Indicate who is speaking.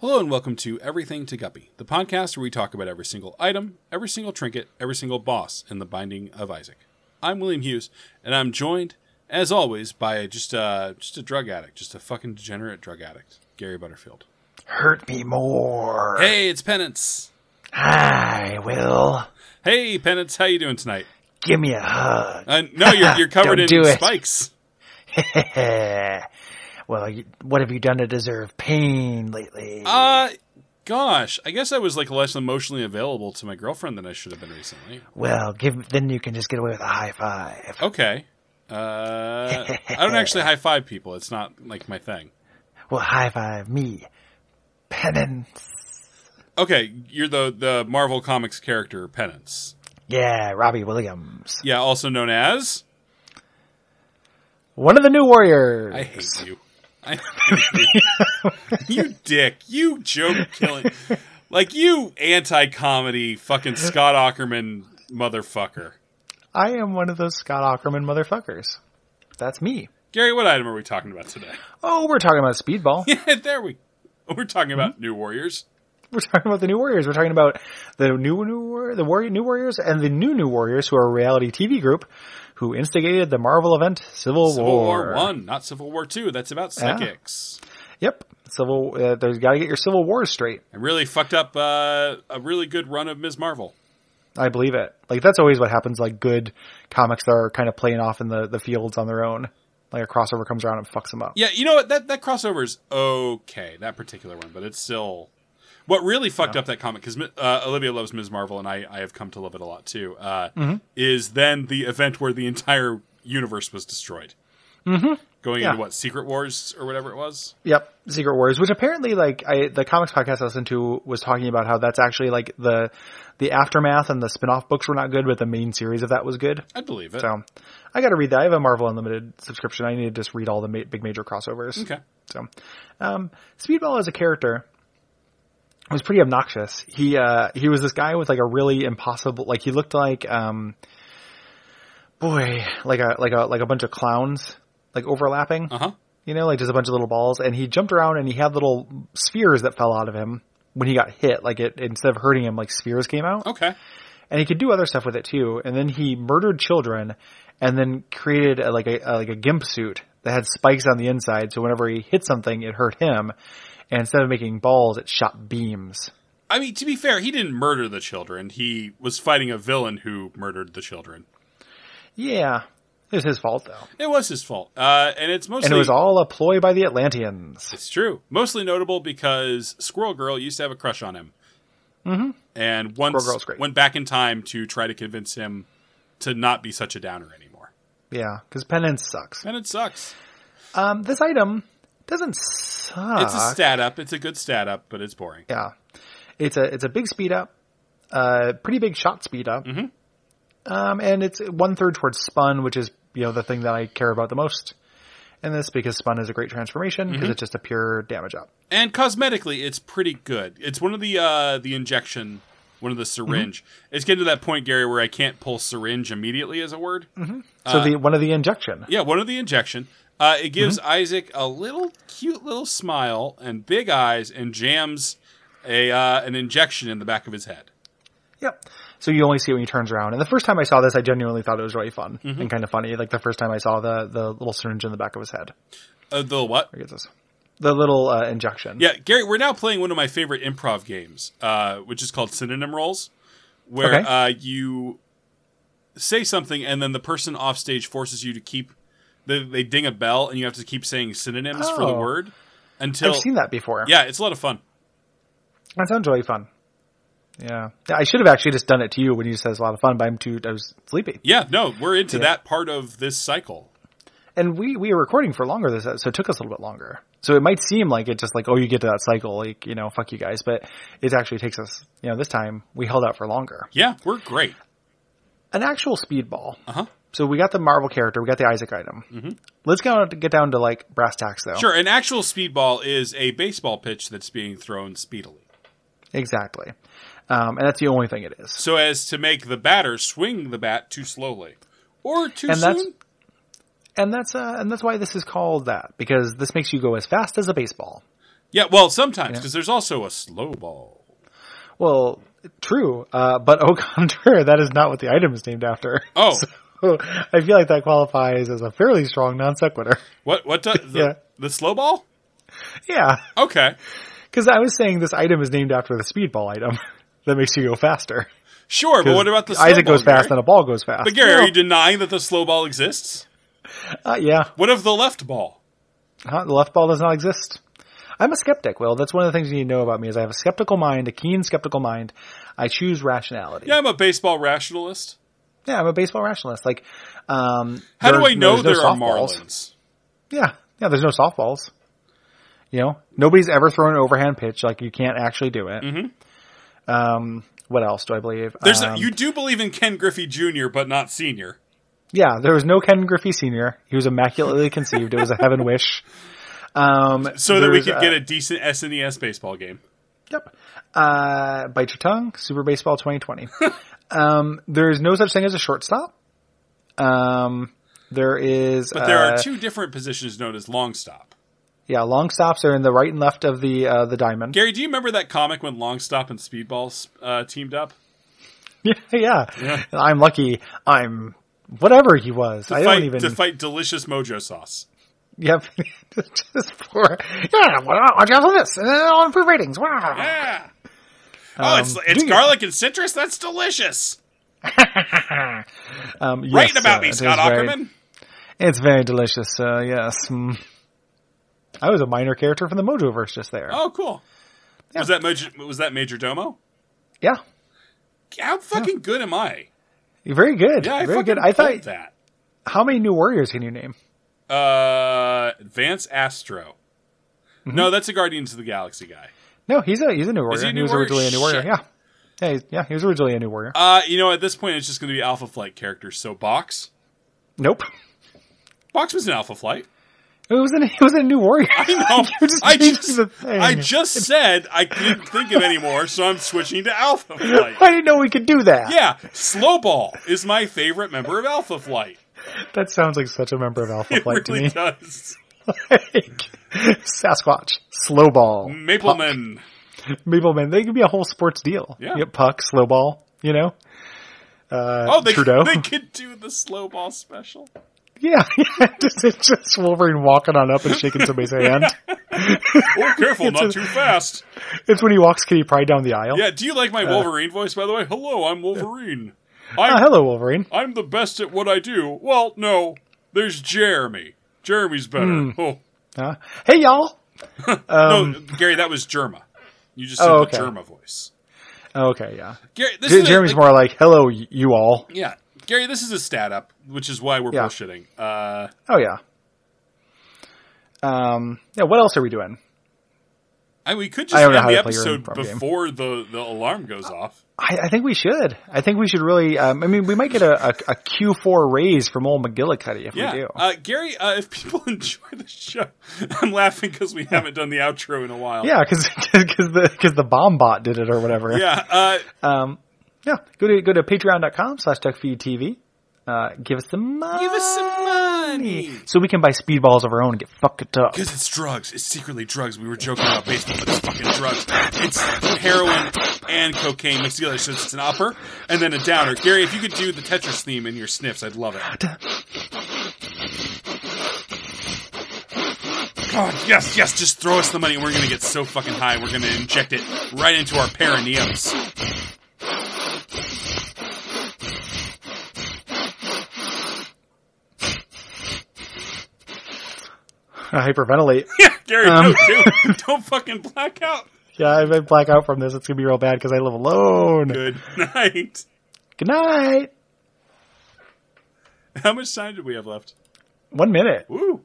Speaker 1: Hello and welcome to Everything to Guppy, the podcast where we talk about every single item, every single trinket, every single boss in the Binding of Isaac. I'm William Hughes, and I'm joined, as always, by just uh, just a drug addict, just a fucking degenerate drug addict, Gary Butterfield.
Speaker 2: Hurt me more.
Speaker 1: Hey, it's Penance.
Speaker 2: I will.
Speaker 1: Hey, Penance, how you doing tonight?
Speaker 2: Give me a hug.
Speaker 1: Uh, no, you're you're covered in
Speaker 2: Don't do it.
Speaker 1: spikes.
Speaker 2: well, you, what have you done to deserve pain lately?
Speaker 1: Uh gosh, I guess I was like less emotionally available to my girlfriend than I should have been recently.
Speaker 2: well, give then you can just get away with a high five.
Speaker 1: Okay. Uh, I don't actually high five people. It's not like my thing.
Speaker 2: Well, high five me. Penance.
Speaker 1: Okay, you're the the Marvel Comics character Penance.
Speaker 2: Yeah, Robbie Williams.
Speaker 1: Yeah, also known as
Speaker 2: One of the new warriors.
Speaker 1: I hate you. I hate you. you dick. You joke killing. Like you anti comedy fucking Scott Ackerman motherfucker.
Speaker 2: I am one of those Scott Ackerman motherfuckers. That's me.
Speaker 1: Gary, what item are we talking about today?
Speaker 2: Oh, we're talking about Speedball.
Speaker 1: Yeah, there we we're talking about New Warriors.
Speaker 2: we're talking about the new warriors. We're talking about the new new War- the warrior new warriors and the new new warriors, who are a reality TV group who instigated the Marvel event Civil,
Speaker 1: Civil War One, not Civil War Two. That's about psychics.
Speaker 2: Yep, Civil. Uh, there's got to get your Civil War straight.
Speaker 1: And really fucked up uh, a really good run of Ms. Marvel.
Speaker 2: I believe it. Like that's always what happens. Like good comics that are kind of playing off in the the fields on their own. Like a crossover comes around and fucks them up.
Speaker 1: Yeah, you know what? That that crossover is okay, that particular one, but it's still what really fucked up that comic because uh, Olivia loves Ms. Marvel, and I I have come to love it a lot too. Uh,
Speaker 2: Mm-hmm.
Speaker 1: Is then the event where the entire universe was destroyed, mm-hmm. going
Speaker 2: Yeah.
Speaker 1: into what Secret Wars or whatever it was.
Speaker 2: Yep, Secret Wars, which apparently, like, I the comics podcast I listened to was talking about how that's actually like the the aftermath and the spin off books were not good, but the main series of that was good.
Speaker 1: I believe it.
Speaker 2: So I got to read that. I have a Marvel Unlimited subscription. I need to just read all the ma- big major crossovers.
Speaker 1: Okay.
Speaker 2: So um, Speedball as a character was pretty obnoxious. He uh, he was this guy with like a really impossible like he looked like um, boy like a like a like a bunch of clowns like overlapping
Speaker 1: Uh huh.
Speaker 2: you know, like just a bunch of little balls. And he jumped around and he had little spheres that fell out of him when he got hit. Like it, instead of hurting him, like spheres came out.
Speaker 1: Okay.
Speaker 2: And he could do other stuff with it too. And then he murdered children and then created a, like a, a like a gimp suit that had spikes on the inside. So whenever he hit something, it hurt him. And instead of making balls, it shot beams.
Speaker 1: I mean, to be fair, he didn't murder the children. He was fighting a villain who murdered the children.
Speaker 2: Yeah. It was his fault though.
Speaker 1: It was his fault, uh, and it's mostly
Speaker 2: And it was all a ploy by the Atlanteans.
Speaker 1: It's true. Mostly notable because Squirrel Girl used to have a crush on him. Mm-hmm. And once
Speaker 2: Girl's great.
Speaker 1: went back in time to try to convince him to not be such a downer anymore.
Speaker 2: Yeah. Cause penance sucks.
Speaker 1: And it sucks.
Speaker 2: Um, this item doesn't suck.
Speaker 1: It's a stat up. It's a good stat up, but it's boring.
Speaker 2: Yeah, it's a it's a big speed up, uh, pretty big shot speed up, mm-hmm. um, and it's one third towards spun, which is you know the thing that I care about the most. in this because spun is a great transformation
Speaker 1: Mm-hmm.
Speaker 2: because it's just a pure damage up.
Speaker 1: And cosmetically, it's pretty good. It's one of the uh, the injection, one of the syringe. It's getting to that point, Gary, where I can't pull syringe immediately as a word.
Speaker 2: So the one of the injection.
Speaker 1: Uh, Yeah, one of the injection. Uh, it gives
Speaker 2: Mm-hmm.
Speaker 1: Isaac a little cute little smile and big eyes, and jams a uh, an injection in the back of his head.
Speaker 2: Yep. So you only see it when he turns around. And the first time I saw this, I genuinely thought it was really fun
Speaker 1: Mm-hmm.
Speaker 2: and kind of funny. Like the first time I saw the the little syringe in the back of his head.
Speaker 1: Uh, the what?
Speaker 2: I guess this. The little uh, injection.
Speaker 1: Yeah, Gary, we're now playing one of my favorite improv games, uh, which is called Synonym Rolls, where
Speaker 2: Okay.
Speaker 1: uh, you say something and then the person off stage forces you to keep. They, they ding a bell and you have to keep saying synonyms for the
Speaker 2: Oh.
Speaker 1: word until.
Speaker 2: I've seen that before.
Speaker 1: Yeah, it's a lot of fun.
Speaker 2: That sounds really fun. Yeah. Yeah, I should have actually just done it to you when you said it's a lot of fun, but I'm too, I was sleepy.
Speaker 1: Yeah, no, we're into that part of this cycle.
Speaker 2: And we, we were recording for longer this, so it took us a little bit longer. So it might seem like it just like, oh, you get to that cycle, like, you know, fuck you guys, but it actually takes us, you know, this time we held out for longer.
Speaker 1: Yeah, we're great.
Speaker 2: An actual speedball.
Speaker 1: Uh huh.
Speaker 2: So we got the Marvel character, we got the Isaac item. Mm-hmm. Let's go get down to like brass tacks though.
Speaker 1: Sure, an actual speedball is a baseball pitch that's being thrown speedily.
Speaker 2: Exactly. Um, and that's the only thing it is.
Speaker 1: So as to make the batter swing the bat too slowly or too
Speaker 2: And
Speaker 1: soon.
Speaker 2: that's- and that's uh, and that's why this is called that because this makes you go as fast as a baseball.
Speaker 1: Yeah, well, sometimes because there's also a slow ball.
Speaker 2: Well, true, uh, but au contraire, that is not what the item is named after.
Speaker 1: Oh.
Speaker 2: So, I feel like that qualifies as a fairly strong non sequitur.
Speaker 1: What? What? Do, the,
Speaker 2: Yeah.
Speaker 1: the slow ball?
Speaker 2: Yeah,
Speaker 1: Okay.
Speaker 2: because I was saying this item is named after the speedball item that makes you go faster.
Speaker 1: Sure, but what about the slow
Speaker 2: Isaac
Speaker 1: ball,
Speaker 2: goes fast
Speaker 1: Gary?
Speaker 2: and a ball goes fast.
Speaker 1: But Gary,
Speaker 2: No.
Speaker 1: are you denying that the slow ball exists?
Speaker 2: Uh, yeah,
Speaker 1: What of the left ball?
Speaker 2: Huh, the left ball does not exist. I'm a skeptic, Will. That's one of the things you need to know about me is I have a skeptical mind, a keen skeptical mind. I choose rationality.
Speaker 1: Yeah, I'm a baseball rationalist.
Speaker 2: Yeah, I'm a baseball rationalist. Like, um,
Speaker 1: How do
Speaker 2: there-
Speaker 1: I know
Speaker 2: there's no
Speaker 1: there are
Speaker 2: softballs.
Speaker 1: Marlins?
Speaker 2: Yeah, yeah. There's no softballs. You know, nobody's ever thrown an overhand pitch. Like, you can't actually do it. Um, what else do I believe?
Speaker 1: Mm-hmm. There's a,
Speaker 2: Um,
Speaker 1: you do believe in Ken Griffey Jr. but not senior.
Speaker 2: yeah. There was no Ken Griffey Senior. He was immaculately conceived. It was a heaven wish. Um,
Speaker 1: So that we
Speaker 2: there's,
Speaker 1: could
Speaker 2: uh,
Speaker 1: get a decent SNES baseball game.
Speaker 2: Yep. Uh, bite your tongue. Super Baseball 2020. um, there is no such thing as a shortstop. Um, there is.
Speaker 1: But there
Speaker 2: uh,
Speaker 1: are two different positions known as long stop.
Speaker 2: Yeah, long stops are in the right and left of the uh, the diamond.
Speaker 1: Gary, do you remember that comic when long stop and speedball uh, teamed up?
Speaker 2: yeah, yeah. I'm lucky. I'm whatever he was. I
Speaker 1: fight,
Speaker 2: don't even.
Speaker 1: to fight delicious mojo sauce.
Speaker 2: yep. just for yeah. Well, I'll just do this. uh, And then I'll improve ratings. Wow.
Speaker 1: Yeah. Oh, it's it's garlic and citrus. That's delicious.
Speaker 2: Um, yes,
Speaker 1: Writing about
Speaker 2: uh,
Speaker 1: me,
Speaker 2: it
Speaker 1: Scott
Speaker 2: is very-
Speaker 1: Ackerman.
Speaker 2: It's very delicious. Uh, yes. Mm. I was a minor character from the Mojoverse just there.
Speaker 1: Oh, cool. Was that major, was that Major Domo?
Speaker 2: Yeah.
Speaker 1: How fucking good am I?
Speaker 2: You're Very good.
Speaker 1: Yeah, I
Speaker 2: very
Speaker 1: fucking
Speaker 2: good. I
Speaker 1: pulled
Speaker 2: thought.
Speaker 1: that.
Speaker 2: How many new warriors can you name?
Speaker 1: Uh, Vance Astro.
Speaker 2: Mm-hmm.
Speaker 1: No, that's a Guardians of the Galaxy guy.
Speaker 2: No, he's a he's a new warrior.
Speaker 1: he a new
Speaker 2: was
Speaker 1: warrior?
Speaker 2: originally a new warrior.
Speaker 1: Shit.
Speaker 2: Yeah. Yeah, he- yeah, he was originally a new warrior.
Speaker 1: Uh, you know, at this point, it's just going to be Alpha Flight characters. So Box,
Speaker 2: nope.
Speaker 1: Box was an Alpha Flight.
Speaker 2: It was in it was in new warrior.
Speaker 1: I know.
Speaker 2: just
Speaker 1: I
Speaker 2: changed
Speaker 1: just,
Speaker 2: the thing.
Speaker 1: I just said I couldn't think of any more, so I'm switching to Alpha Flight.
Speaker 2: I didn't know we could do that.
Speaker 1: Yeah, Slowball is my favorite member of Alpha Flight.
Speaker 2: That sounds like such a member of Alpha
Speaker 1: It
Speaker 2: Flight
Speaker 1: really
Speaker 2: to me.
Speaker 1: does.
Speaker 2: Sasquatch,
Speaker 1: Mm.
Speaker 2: Slowball,
Speaker 1: Mapleman.
Speaker 2: Mableman. They could be a whole sports deal.
Speaker 1: Yeah.
Speaker 2: You get Puck, Slowball. You know. Uh,
Speaker 1: Oh, they
Speaker 2: Trudeau.
Speaker 1: they could do the Slowball special.
Speaker 2: yeah, yeah. Just, it's just Wolverine walking on up and shaking somebody's hand.
Speaker 1: Oh, careful, not
Speaker 2: a-
Speaker 1: too fast.
Speaker 2: It's when he walks Kitty Pride down the aisle.
Speaker 1: Yeah, do you like my Wolverine voice, by the way? Hello, I'm Wolverine.
Speaker 2: Oh,
Speaker 1: I'm,
Speaker 2: Uh, hello, Wolverine.
Speaker 1: I'm the best at what I do. Well, no, there's Jeremy. Jeremy's better. Oh,
Speaker 2: Uh, hey, y'all.
Speaker 1: no, Gary, that was Germa. You just said
Speaker 2: Um, Oh,
Speaker 1: the
Speaker 2: okay.
Speaker 1: Germa voice.
Speaker 2: Oh, Okay, yeah.
Speaker 1: Gary, this
Speaker 2: J-
Speaker 1: is a-
Speaker 2: Jeremy's more like, "Hello, y- you all."
Speaker 1: yeah, Gary, this is a stat up, which is why we're
Speaker 2: Yeah.
Speaker 1: bullshitting. Uh,
Speaker 2: Oh yeah. Um. Yeah. What else are we doing?
Speaker 1: I, we could
Speaker 2: I
Speaker 1: just
Speaker 2: don't know
Speaker 1: end
Speaker 2: how
Speaker 1: the
Speaker 2: to play your own
Speaker 1: episode
Speaker 2: improv game. Oh,
Speaker 1: before the, the alarm goes off.
Speaker 2: I, I think we should. I think we should really. Um, I mean, we might get a, a, a Q four raise from old McGillicuddy if we
Speaker 1: Yeah,
Speaker 2: do.
Speaker 1: uh, Gary, uh, if people enjoy the show, I'm laughing because we haven't done the outro in a while.
Speaker 2: yeah, because the because the bomb bot did it or whatever.
Speaker 1: yeah. Uh,
Speaker 2: Um. Yeah. Go to go to patreon.com slash duckfeedtv. Uh, give us the money.
Speaker 1: Give us some money.
Speaker 2: so we can buy speedballs of our own and get fucked up.
Speaker 1: Because it's drugs. It's secretly drugs. We were joking about baseball, but it's fucking drugs. It's heroin and cocaine mixed together, so it's an upper and then a downer. Gary, if you could do the Tetris theme in your sniffs, I'd love it. God, yes, yes, just throw us the money. We're going to get so fucking high, we're going to inject it right into our perineums.
Speaker 2: I hyperventilate.
Speaker 1: Gary, no, dude, don't fucking black out.
Speaker 2: yeah, if I black out from this, it's gonna be real bad because I live alone.
Speaker 1: Good night.
Speaker 2: Good night.
Speaker 1: How much time do we have left?
Speaker 2: One minute.
Speaker 1: Woo.